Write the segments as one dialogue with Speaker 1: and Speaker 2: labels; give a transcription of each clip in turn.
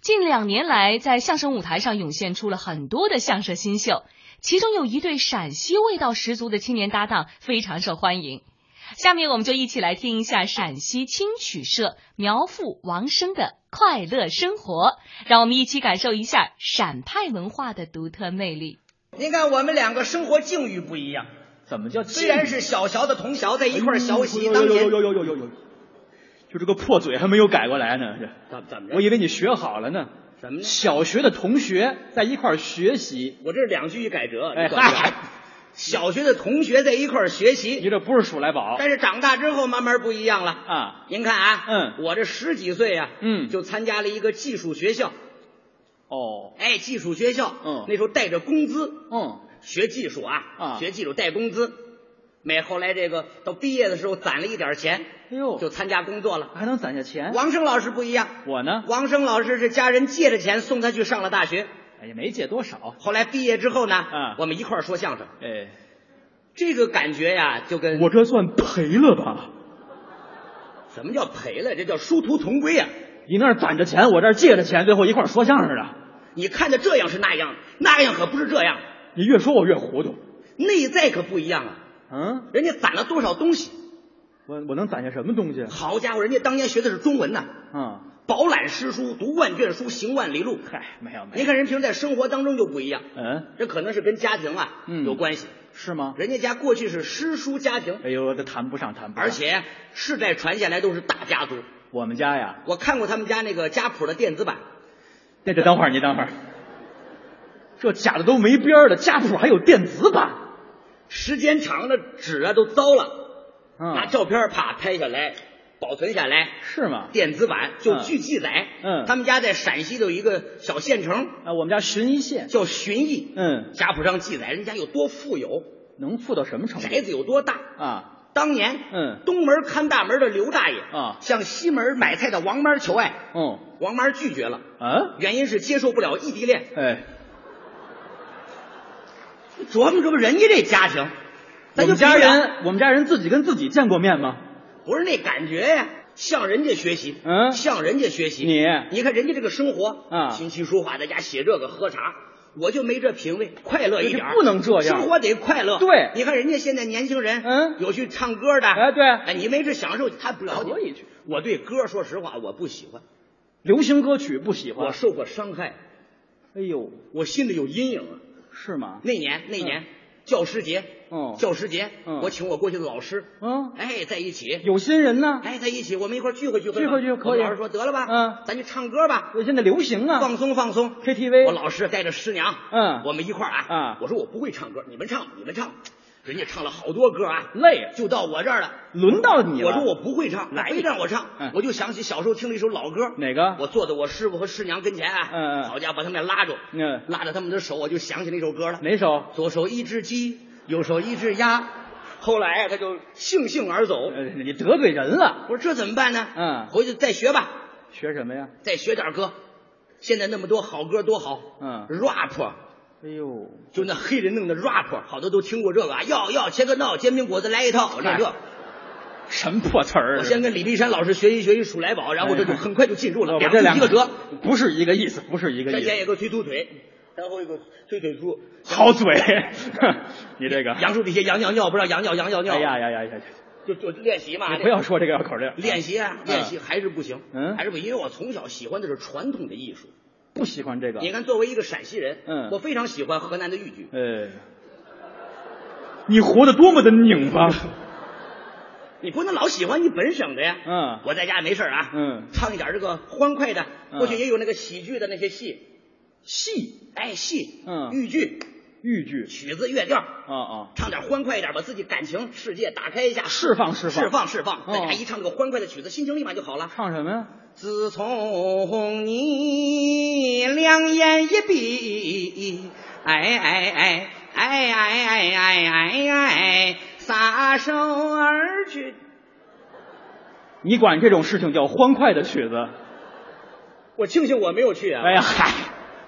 Speaker 1: 近两年来，在相声舞台上涌现出了很多的相声新秀，其中有一对陕西味道十足的青年搭档非常受欢迎。下面我们就一起来听一下陕西青曲社苗阜王声的快乐生活，让我们一起感受一下陕派文化的独特魅力。
Speaker 2: 您看，我们两个生活境遇不一样，
Speaker 3: 怎么叫
Speaker 2: 虽然是小学的同学，在一块儿学习，
Speaker 3: 有
Speaker 2: 当
Speaker 3: 有
Speaker 2: 年
Speaker 3: 有有有有有，就这个破嘴还没有改过来呢，这
Speaker 2: 怎怎
Speaker 3: 我以为你学好了呢。
Speaker 2: 怎么呢
Speaker 3: 小学的同学在一块儿学习，
Speaker 2: 我这是两句一改折
Speaker 3: 哎
Speaker 2: 你管不
Speaker 3: 嗨
Speaker 2: 了小学的同学在一块儿学
Speaker 3: 你
Speaker 2: 习，
Speaker 3: 这不是数来宝
Speaker 2: 但是长大之后慢慢不一样了。
Speaker 3: 啊？
Speaker 2: 您看啊，
Speaker 3: 嗯
Speaker 2: 我这十几岁啊，
Speaker 3: 嗯
Speaker 2: 就参加了一个技术学校，
Speaker 3: 哦，
Speaker 2: 哎，技术学校，
Speaker 3: 嗯
Speaker 2: 那时候带着工资
Speaker 3: 嗯，
Speaker 2: 学技术啊，
Speaker 3: 啊
Speaker 2: 学技术带工资，每后来这个到毕业的时候攒了一点钱，
Speaker 3: 哎呦，
Speaker 2: 就参加工作了。
Speaker 3: 还能攒下钱？
Speaker 2: 王生老师不一样，
Speaker 3: 我呢？
Speaker 2: 王生老师是家人借着钱送他去上了大学，
Speaker 3: 哎呀，没借多少。
Speaker 2: 后来毕业之后呢，
Speaker 3: 啊
Speaker 2: 我们一块儿说相声，
Speaker 3: 哎，
Speaker 2: 这个感觉呀，就跟
Speaker 3: 我这算赔了吧？
Speaker 2: 什么叫赔了，这叫殊途同归啊呀、
Speaker 3: 你那儿攒着钱，我这儿借着钱，最后一块儿说相声的。
Speaker 2: 你看着这样是那样，那样可不是这样，
Speaker 3: 你越说我越糊涂。
Speaker 2: 内在可不一样啊。
Speaker 3: 嗯，
Speaker 2: 人家攒了多少东西？
Speaker 3: 我我能攒下什么东西？
Speaker 2: 好家伙，人家当年学的是中文呐，
Speaker 3: 嗯，
Speaker 2: 饱览诗书，读万卷书，行万里路。
Speaker 3: 嗨，没有没
Speaker 2: 您
Speaker 3: 有。
Speaker 2: 看人平时在生活当中就不一样，
Speaker 3: 嗯，
Speaker 2: 这可能是跟家庭啊、
Speaker 3: 嗯
Speaker 2: 有关系。
Speaker 3: 是吗？
Speaker 2: 人家家过去是诗书家庭，
Speaker 3: 哎呦，这谈不上，谈不上。
Speaker 2: 而且世代传下来都是大家族。
Speaker 3: 我们家呀，
Speaker 2: 我看过他们家那个家谱的电子版，
Speaker 3: 那得等会儿，你等会儿，这假的都没边儿了，家谱还有电子版。
Speaker 2: 时间长了纸啊都糟了，拿
Speaker 3: 嗯，
Speaker 2: 照片啪拍下来，保存下来，
Speaker 3: 是吗？
Speaker 2: 电子版就据记载。
Speaker 3: 嗯
Speaker 2: 他们家在陕西的有一个小县城
Speaker 3: 啊，我们家旬一县，
Speaker 2: 叫旬邑，
Speaker 3: 嗯，
Speaker 2: 家谱上记载人家有多富有，
Speaker 3: 能富到什么程度？
Speaker 2: 宅子有多大。
Speaker 3: 啊，
Speaker 2: 当年，
Speaker 3: 嗯
Speaker 2: 东门看大门的刘大爷
Speaker 3: 啊
Speaker 2: 向西门买菜的王妈求爱，
Speaker 3: 嗯，
Speaker 2: 王妈拒绝了，
Speaker 3: 啊，
Speaker 2: 原因是接受不了异地恋。
Speaker 3: 哎，
Speaker 2: 琢磨琢磨人家这家庭，
Speaker 3: 我
Speaker 2: 咱就
Speaker 3: 们家
Speaker 2: 比不了
Speaker 3: 人，我们家人自己跟自己见过面吗？
Speaker 2: 不是那感觉呀，向人家学习，
Speaker 3: 嗯
Speaker 2: 向人家学习。
Speaker 3: 你
Speaker 2: 你看人家这个生活
Speaker 3: 啊
Speaker 2: 琴棋书画，在家写这个喝茶，我就没这品味，快乐一点儿
Speaker 3: 不能这样
Speaker 2: 生活得快乐。
Speaker 3: 对
Speaker 2: 你看人家现在年轻人，
Speaker 3: 嗯
Speaker 2: 有去唱歌的，
Speaker 3: 哎对
Speaker 2: 哎，你没这享受，他不了解。
Speaker 3: 可以去
Speaker 2: 我对歌，说实话，我不喜欢，
Speaker 3: 流行歌曲不喜欢
Speaker 2: 我。受过伤害，
Speaker 3: 哎呦，
Speaker 2: 我心里有阴影啊。
Speaker 3: 是吗？
Speaker 2: 那年那年、教师节，
Speaker 3: 嗯哦
Speaker 2: 教师节，
Speaker 3: 嗯
Speaker 2: 我请我过去的老师，
Speaker 3: 嗯，
Speaker 2: 哎，在一起，
Speaker 3: 有心人呢。
Speaker 2: 哎，在一起，我们一块儿聚会聚会吧。
Speaker 3: 聚会聚会可以
Speaker 2: 我们老师说得了吧，
Speaker 3: 嗯
Speaker 2: 咱就唱歌吧，
Speaker 3: 我现在流行啊
Speaker 2: 放松放松。我
Speaker 3: ，KTV。
Speaker 2: 老师带着师娘，
Speaker 3: 哎嗯
Speaker 2: 我们一块儿啊，
Speaker 3: 啊
Speaker 2: 我说我不会唱歌，你们唱，你们唱。人家唱了好多歌啊，
Speaker 3: 累啊
Speaker 2: 就到我这儿了。
Speaker 3: 轮到你了。
Speaker 2: 我说我不会唱，
Speaker 3: 来
Speaker 2: 非让我唱，
Speaker 3: 嗯
Speaker 2: 我就想起小时候听了一首老歌。
Speaker 3: 哪个？
Speaker 2: 我坐在我师傅和师娘跟前啊，
Speaker 3: 嗯嗯
Speaker 2: 好家伙，把他们俩拉住，
Speaker 3: 嗯
Speaker 2: 拉着他们的手，我就想起那首歌了。
Speaker 3: 哪首？
Speaker 2: 左手一只鸡，右手一只鸭。后来啊，他就悻悻而走。
Speaker 3: 呃，你得罪人了。
Speaker 2: 我说这怎么办呢？
Speaker 3: 嗯
Speaker 2: 回去再学吧，
Speaker 3: 学什么呀？
Speaker 2: 再学点歌。现在那么多好歌多好，
Speaker 3: 嗯
Speaker 2: ，rap
Speaker 3: 哎呦，
Speaker 2: 就那黑人弄的 rap，好多都听过这个啊，要要切个闹，煎饼果子来一套，我这这。
Speaker 3: 什么破词儿啊
Speaker 2: 我先跟李立山老师学习学习数来宝，然后这就很快就进入了，
Speaker 3: 哎我
Speaker 2: 两
Speaker 3: 这
Speaker 2: 字
Speaker 3: 两
Speaker 2: 一个折，
Speaker 3: 不是一个意思，不是一个
Speaker 2: 先
Speaker 3: 意思
Speaker 2: 前。一个推粗腿，然后一个推腿粗，
Speaker 3: 好嘴，你 这个，
Speaker 2: 杨树底下羊尿尿，不知道羊尿羊尿尿，
Speaker 3: 哎呀呀呀呀！
Speaker 2: 就就练习嘛，
Speaker 3: 你不要说这个绕口令，
Speaker 2: 练习啊，
Speaker 3: 嗯
Speaker 2: 练习还是不行，
Speaker 3: 嗯
Speaker 2: 还是不行，因为我从小喜欢的是传统的艺术。
Speaker 3: 不喜欢这个。
Speaker 2: 你看，作为一个陕西人，
Speaker 3: 嗯
Speaker 2: 我非常喜欢河南的豫剧，
Speaker 3: 呃，你活得多么的 拧巴。
Speaker 2: 你不能老喜欢你本省的呀。
Speaker 3: 嗯
Speaker 2: 我在家没事儿啊，
Speaker 3: 嗯
Speaker 2: 唱一点这个欢快的，
Speaker 3: 嗯
Speaker 2: 过去也有那个喜剧的那些戏，
Speaker 3: 戏
Speaker 2: 哎，戏，
Speaker 3: 嗯
Speaker 2: 豫剧
Speaker 3: 豫剧
Speaker 2: 曲子乐调，
Speaker 3: 啊啊，
Speaker 2: 唱点欢快一点，把自己感情世界打开一下，
Speaker 3: 释放释放
Speaker 2: 释放释放，在家
Speaker 3: 哦
Speaker 2: 一唱这个欢快的曲子，心情立马就好了。
Speaker 3: 唱什么呀？
Speaker 2: 自从你两眼一闭，哎哎哎哎哎哎哎哎哎，撒手而去。
Speaker 3: 你管这种事情叫欢快的曲子？
Speaker 2: 我庆幸我没有去啊！
Speaker 3: 哎呀，嗨，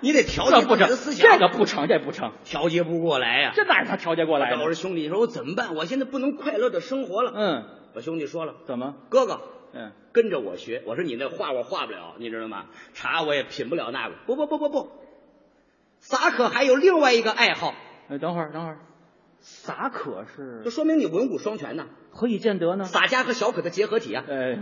Speaker 2: 你得调节
Speaker 3: 这
Speaker 2: 自
Speaker 3: 不
Speaker 2: 己
Speaker 3: 成
Speaker 2: 的思，想，
Speaker 3: 这个不成，这不成，
Speaker 2: 调节不过来呀、啊
Speaker 3: 这哪是他调节过来
Speaker 2: 我
Speaker 3: 的？
Speaker 2: 说兄弟，你说我怎么办？我现在不能快乐的生活了。
Speaker 3: 嗯，
Speaker 2: 我兄弟说了，
Speaker 3: 怎么？
Speaker 2: 哥哥，
Speaker 3: 嗯，
Speaker 2: 跟着我学。我说你那画我画不了，你知道吗？茶我也品不了那个。不不不不不，萨可还有另外一个爱好，
Speaker 3: 哎，等会儿，等会儿，洒可是
Speaker 2: 就说明你文武双全呐、
Speaker 3: 何以见得呢？
Speaker 2: 洒家和小可的结合体啊。
Speaker 3: 哎，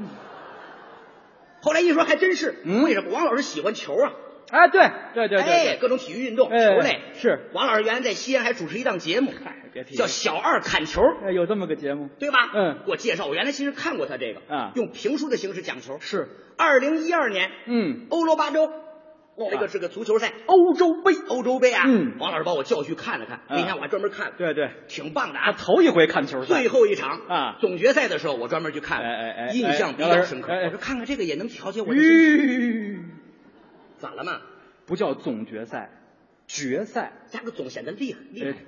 Speaker 2: 后来一说还真是，
Speaker 3: 嗯
Speaker 2: 为什么王老师喜欢球啊？
Speaker 3: 哎，对对对
Speaker 2: 哎，
Speaker 3: 对
Speaker 2: 各种体育运动，
Speaker 3: 哎
Speaker 2: 球类
Speaker 3: 是。
Speaker 2: 王老师原来在西安还主持一档节目，
Speaker 3: 对，嗨，别提了
Speaker 2: 叫《小二砍球》，
Speaker 3: 哎，有这么个节目，
Speaker 2: 对吧？
Speaker 3: 嗯
Speaker 2: 给我介绍，我原来其实看过他这个，
Speaker 3: 啊
Speaker 2: 用评书的形式讲球。
Speaker 3: 是，
Speaker 2: 二零一二年
Speaker 3: 嗯，
Speaker 2: 欧罗巴洲，这个是个足球赛，
Speaker 3: 欧洲杯，
Speaker 2: 欧洲杯啊。
Speaker 3: 啊嗯
Speaker 2: 王老师把我叫去看了看，哎
Speaker 3: 嗯
Speaker 2: 那天我还专门看，
Speaker 3: 对对，
Speaker 2: 挺棒的啊。
Speaker 3: 他头一回看球赛，
Speaker 2: 最后一场
Speaker 3: 啊
Speaker 2: 总决赛的时候，我专门去看了，
Speaker 3: 哎哎哎
Speaker 2: 印象比
Speaker 3: 哎
Speaker 2: 较
Speaker 3: 哎
Speaker 2: 深刻。
Speaker 3: 哎哎
Speaker 2: 我说看看这个也能调节我的心情，
Speaker 3: 吁，
Speaker 2: 咋了嘛？
Speaker 3: 不叫总决赛，决赛，
Speaker 2: 加个总显得厉害厉
Speaker 3: 哎
Speaker 2: 害。，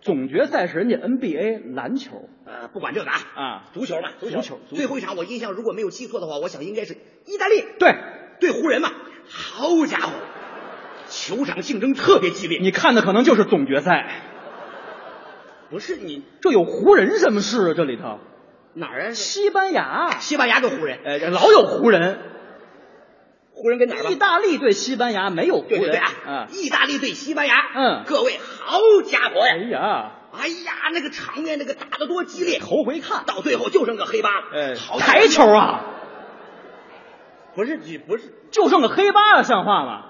Speaker 3: 总决赛是人家 NBA 篮球，
Speaker 2: 呃，不管这个啊，
Speaker 3: 啊
Speaker 2: 足球吧，足
Speaker 3: 足球足球
Speaker 2: 最后一场我印象如果没有记错的话，我想应该是意大利
Speaker 3: 对，
Speaker 2: 对湖人嘛。好家伙，球场竞争特别激烈。
Speaker 3: 你看的可能就是总决赛，
Speaker 2: 不是你
Speaker 3: 这有湖人什么事啊？这里头，
Speaker 2: 哪儿啊？
Speaker 3: 西班牙，
Speaker 2: 西班牙对湖人，
Speaker 3: 哎，这老有湖人，
Speaker 2: 湖人跟哪儿吧
Speaker 3: 意？大利对西班牙没有湖
Speaker 2: 对对对
Speaker 3: 人
Speaker 2: 啊
Speaker 3: 啊！，
Speaker 2: 意大利对西班牙，
Speaker 3: 嗯
Speaker 2: 各位，好家伙
Speaker 3: 哎
Speaker 2: 呀！
Speaker 3: 呀，
Speaker 2: 哎呀，那个场面，那个打得多激烈，
Speaker 3: 头回看，
Speaker 2: 到最后就剩个黑八了。
Speaker 3: 哎，
Speaker 2: 好家伙
Speaker 3: 台球啊，
Speaker 2: 不是你不是，
Speaker 3: 就剩个黑八了，像话吗？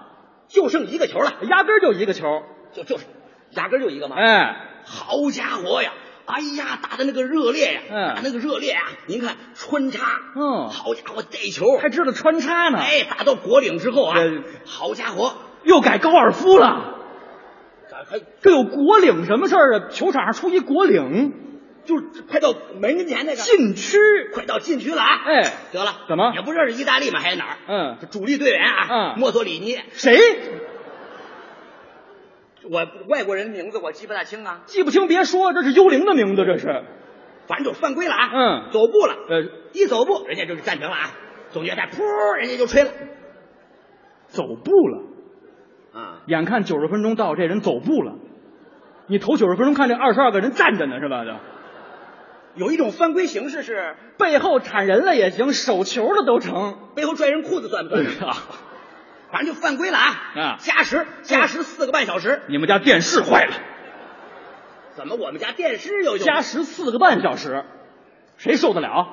Speaker 2: 就剩一个球了，
Speaker 3: 压根儿就一个球，
Speaker 2: 就就是，压根儿就一个嘛。
Speaker 3: 哎，
Speaker 2: 好家伙呀！哎呀，打的那个热烈呀，
Speaker 3: 嗯
Speaker 2: 打那个热烈呀！您看穿插，
Speaker 3: 嗯
Speaker 2: 好家伙，这球，
Speaker 3: 还知道穿插呢，
Speaker 2: 哎，打到果岭之后啊
Speaker 3: 对，
Speaker 2: 好家伙，
Speaker 3: 又改高尔夫了，
Speaker 2: 咋还
Speaker 3: 这有国领什么事儿啊？球场上出一国领，
Speaker 2: 就是快到门跟前那个，
Speaker 3: 禁区，
Speaker 2: 快到禁区了啊！
Speaker 3: 哎，
Speaker 2: 得了，
Speaker 3: 怎么
Speaker 2: 也不知道是意大利吗还是哪儿？
Speaker 3: 嗯
Speaker 2: 这主力队员啊，
Speaker 3: 嗯
Speaker 2: 墨索里尼，
Speaker 3: 谁
Speaker 2: 我外国人名字我记不大清啊，
Speaker 3: 记不清别说，这是幽灵的名字，这是，
Speaker 2: 反正就犯规了啊，
Speaker 3: 嗯
Speaker 2: 走步了，
Speaker 3: 呃，
Speaker 2: 一走步，人家就是暂停了啊，总决赛噗，人家就吹了
Speaker 3: 走步了。
Speaker 2: 啊，
Speaker 3: 眼看九十分钟到，这人走步了。你头九十分钟看这二十二个人站着呢，是吧？这
Speaker 2: 有一种犯规形式是
Speaker 3: 背后铲人了也行，手球了都成。
Speaker 2: 背后拽人裤子算不
Speaker 3: 哎
Speaker 2: 算？
Speaker 3: 呀，
Speaker 2: 反正就犯规了啊
Speaker 3: 啊，
Speaker 2: 加时加时四个半小时，
Speaker 3: 你们家电视坏了，
Speaker 2: 怎么我们家电视有有
Speaker 3: 加时四个半小时，谁受得了？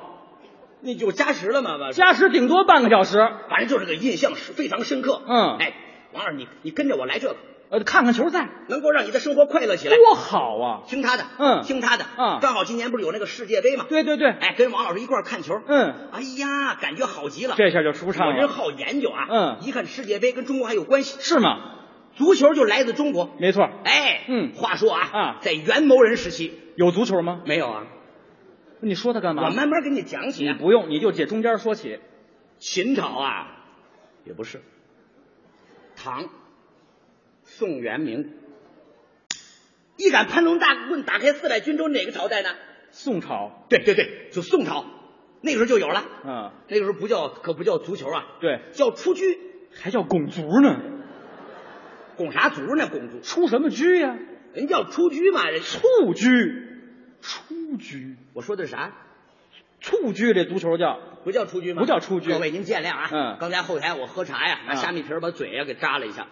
Speaker 2: 那就加时了嘛？吧
Speaker 3: 加时顶多半个小时，
Speaker 2: 反正就是个印象是非常深刻。
Speaker 3: 嗯
Speaker 2: 哎，王二，你你跟着我来这个，
Speaker 3: 呃，看看球赛
Speaker 2: 能够让你的生活快乐起来。
Speaker 3: 多好啊！
Speaker 2: 听他的，
Speaker 3: 嗯
Speaker 2: 听他的，
Speaker 3: 嗯
Speaker 2: 正好今年不是有那个世界杯嘛，
Speaker 3: 对对对，
Speaker 2: 哎，跟王老师一块儿看球，
Speaker 3: 嗯，
Speaker 2: 哎呀，感觉好极了。
Speaker 3: 这下就舒
Speaker 2: 我
Speaker 3: 畅
Speaker 2: 人
Speaker 3: 了，
Speaker 2: 好研究啊，
Speaker 3: 嗯
Speaker 2: 一看世界杯跟中国还有关系，
Speaker 3: 是吗？
Speaker 2: 足球就来自中国。
Speaker 3: 没错，
Speaker 2: 哎，
Speaker 3: 嗯
Speaker 2: 话说啊，
Speaker 3: 啊
Speaker 2: 在元谋人时期
Speaker 3: 有足球吗？
Speaker 2: 没有啊，
Speaker 3: 你说它干嘛
Speaker 2: 我？慢慢跟你讲起
Speaker 3: 你
Speaker 2: 啊。
Speaker 3: 不用，你就借中间说起。
Speaker 2: 秦朝啊，也不是，唐，宋元明，一杆盘龙大棍打开四百军州，哪个朝代呢？
Speaker 3: 宋朝，
Speaker 2: 对对对，啊就宋朝，那个时候就有了。
Speaker 3: 嗯，
Speaker 2: 那个时候不叫可不叫足球啊，
Speaker 3: 对，
Speaker 2: 叫出车，
Speaker 3: 还叫拱足呢，
Speaker 2: 拱啥足呢？拱足，
Speaker 3: 出什么居呀、
Speaker 2: 人叫出车嘛。人
Speaker 3: 蹴鞠，蹴鞠，
Speaker 2: 我说的是啥？
Speaker 3: 蹴鞠这足球叫
Speaker 2: 不叫出车吗？
Speaker 3: 不叫出车
Speaker 2: 各位您见谅啊。
Speaker 3: 嗯
Speaker 2: 刚才后台我喝茶呀，拿
Speaker 3: 嗯
Speaker 2: 虾米皮儿把嘴呀给扎了一下，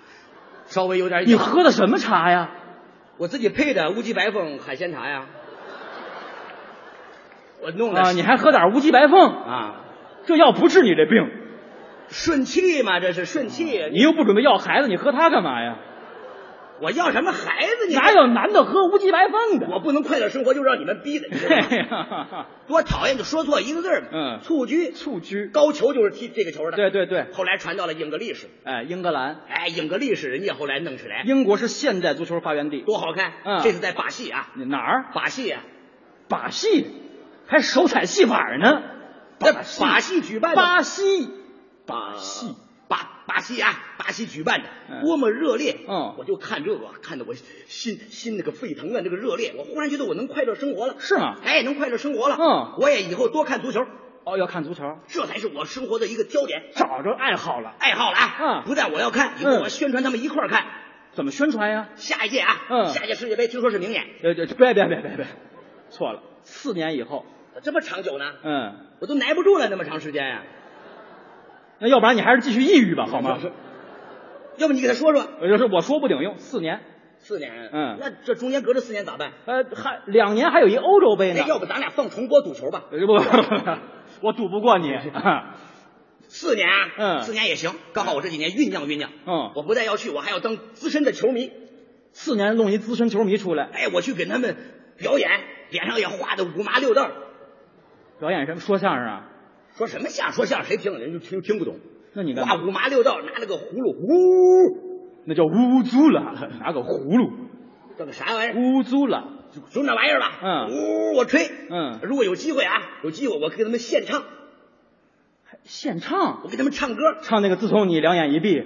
Speaker 2: 稍微有点
Speaker 3: 你
Speaker 2: 痒
Speaker 3: 喝的什么茶呀？
Speaker 2: 我自己配的乌鸡白凤海鲜茶呀，我弄的
Speaker 3: 啊，你还喝点乌鸡白凤，
Speaker 2: 啊，
Speaker 3: 这药不治你这 病，
Speaker 2: 顺气嘛，这是顺气。
Speaker 3: 啊你又不准备要孩子，你喝它干嘛呀？
Speaker 2: 我要什么孩子？你
Speaker 3: 哪有男的喝乌鸡白凤的？
Speaker 2: 我不能快乐生活就让你们逼的，你 知道
Speaker 3: 嘿
Speaker 2: 吗
Speaker 3: 哎呀，
Speaker 2: 多讨厌！就说错一个字儿嘛。
Speaker 3: 嗯
Speaker 2: 蹴鞠，
Speaker 3: 蹴鞠，
Speaker 2: 高球就是踢这个球的。
Speaker 3: 对。对对，
Speaker 2: 后来传到了英格力士，
Speaker 3: 哎，英格兰，
Speaker 2: 哎，英格力士人家后来弄起来，
Speaker 3: 英国是现代足球发源地，
Speaker 2: 多好看！
Speaker 3: 嗯
Speaker 2: 这是在把戏啊，
Speaker 3: 哪儿？
Speaker 2: 把戏啊，
Speaker 3: 把戏，还手踩戏法呢？
Speaker 2: 那
Speaker 3: 把戏
Speaker 2: 把戏举办的
Speaker 3: 巴西，
Speaker 2: 把
Speaker 3: 戏，
Speaker 2: 把把戏啊，把戏举办的
Speaker 3: 嗯
Speaker 2: 多么热烈！
Speaker 3: 嗯
Speaker 2: 我就看这个，看得我心心那个沸腾啊，这个热烈，我忽然觉得我能快乐生活了，
Speaker 3: 是吗？
Speaker 2: 哎，能快乐生活了。
Speaker 3: 嗯
Speaker 2: 我也以后多看足球，
Speaker 3: 哦，要看足球，
Speaker 2: 这才是我生活的一个焦点
Speaker 3: 找着爱好了，
Speaker 2: 爱好了啊！
Speaker 3: 嗯
Speaker 2: 不但我要看，以后我宣传他们一块儿看。
Speaker 3: 怎么宣传呀？
Speaker 2: 下一届啊，
Speaker 3: 嗯
Speaker 2: 下一届世界杯听说是明年，
Speaker 3: 呃，这别别别别别，错了，四年以后，
Speaker 2: 咋这么长久呢？
Speaker 3: 嗯，
Speaker 2: 我都耐不住了，那么长时间啊呀、
Speaker 3: 那要不然你还是继续抑郁吧，好 吗？
Speaker 2: 要不你给他说说，
Speaker 3: 我呃就是我说不顶用，四年，
Speaker 2: 四年，
Speaker 3: 嗯
Speaker 2: 那这中间隔着四年咋办？
Speaker 3: 呃，还两年还有一欧洲杯呢
Speaker 2: 那。哎要不咱俩放重播赌球吧？
Speaker 3: 呃不，我赌不过你。
Speaker 2: 四年，啊
Speaker 3: 嗯
Speaker 2: 四年也行，刚好我这几年酝酿酝酿，
Speaker 3: 嗯
Speaker 2: 我不但要去，我还要当资深的球迷，
Speaker 3: 四年弄一资深球迷出来
Speaker 2: 哎，我去给他们表演，脸上也画的五麻六道，
Speaker 3: 表演什么说相声啊？
Speaker 2: 说什么相声说相声谁听了人就听听不懂，
Speaker 3: 那你干
Speaker 2: 画
Speaker 3: 嘛？
Speaker 2: 五麻六道，拿那个葫芦，呜，
Speaker 3: 那叫乌租了，拿个葫芦
Speaker 2: 这个啥玩意儿？
Speaker 3: 乌租了。
Speaker 2: 就就那玩意儿吧，
Speaker 3: 嗯
Speaker 2: 呜，我吹，
Speaker 3: 嗯
Speaker 2: 如果有机会啊，有机会我给他们献唱，
Speaker 3: 现唱
Speaker 2: 我给他们唱歌，
Speaker 3: 唱那个，自从你两眼一闭，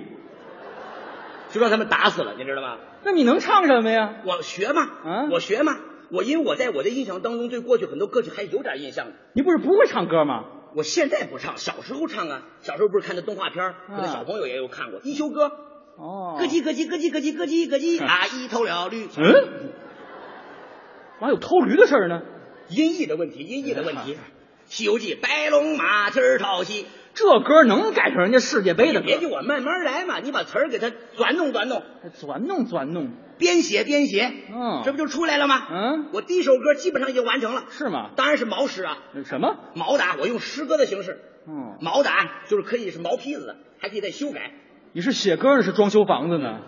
Speaker 2: 就让他们打死了，你知道吗？
Speaker 3: 那你能唱什么呀？
Speaker 2: 我学嘛，
Speaker 3: 嗯
Speaker 2: 我学嘛，我因为我在我的印象当中对过去很多歌曲还有点印象的，
Speaker 3: 你不是不会唱歌吗？
Speaker 2: 我现在不唱，小时候唱啊，小时候不是看的动画片儿，
Speaker 3: 嗯
Speaker 2: 有的小朋友也有看过《一休哥》，
Speaker 3: 哦
Speaker 2: 咯叽咯叽咯叽咯叽咯叽咯叽，啊，一头了驴，
Speaker 3: 嗯，哪有偷驴的事儿呢？
Speaker 2: 音译的问题，音译的问
Speaker 3: 嗯
Speaker 2: 题，《西游记》白龙马蹄儿讨戏，
Speaker 3: 这歌能改成人家世界杯的
Speaker 2: 你别急，
Speaker 3: 歌？
Speaker 2: 我慢慢来嘛，你把词儿给它转弄转弄，
Speaker 3: 哎钻弄钻弄，
Speaker 2: 编写编写，
Speaker 3: 嗯
Speaker 2: 这不就出来了吗？
Speaker 3: 嗯，
Speaker 2: 我第一首歌基本上已经完成了，
Speaker 3: 是吗？
Speaker 2: 当然是毛诗啊，
Speaker 3: 什么？
Speaker 2: 毛的啊，我用诗歌的形式。
Speaker 3: 嗯，
Speaker 2: 毛的啊，就是可以是毛坯子的，还可以再修改。
Speaker 3: 你是写歌呢，是装修房子呢？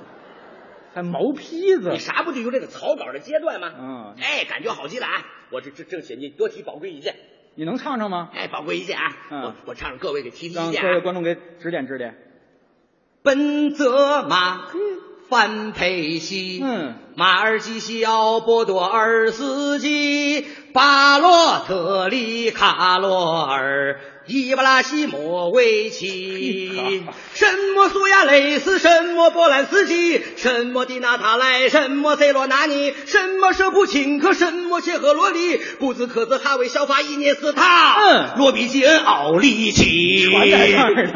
Speaker 3: 还毛坯子
Speaker 2: 你？啥不就有这个草稿的阶段吗？
Speaker 3: 嗯
Speaker 2: 哎，感觉好极了啊！我这这正写，你多提宝贵意见，
Speaker 3: 你能唱唱吗？
Speaker 2: 哎，宝贵意见啊！
Speaker 3: 嗯
Speaker 2: 我我唱着各位给提提意
Speaker 3: 让
Speaker 2: 见
Speaker 3: 各位
Speaker 2: 啊。
Speaker 3: 观众给指点指点。
Speaker 2: 奔泽马，范佩西，
Speaker 3: 嗯，
Speaker 2: 马尔基西奥波多尔斯基，巴洛特利、卡罗尔、伊布拉西莫维
Speaker 3: 嘿
Speaker 2: 奇
Speaker 3: 好，
Speaker 2: 什么苏亚雷斯，什么波兰斯基，什么迪纳塔莱，什么塞罗纳尼，什么舍普琴科，什么切赫罗里，布兹克兹、哈维、肖法、伊涅斯塔，
Speaker 3: 嗯
Speaker 2: 罗比基恩、奥利奇，
Speaker 3: 全在这儿呢。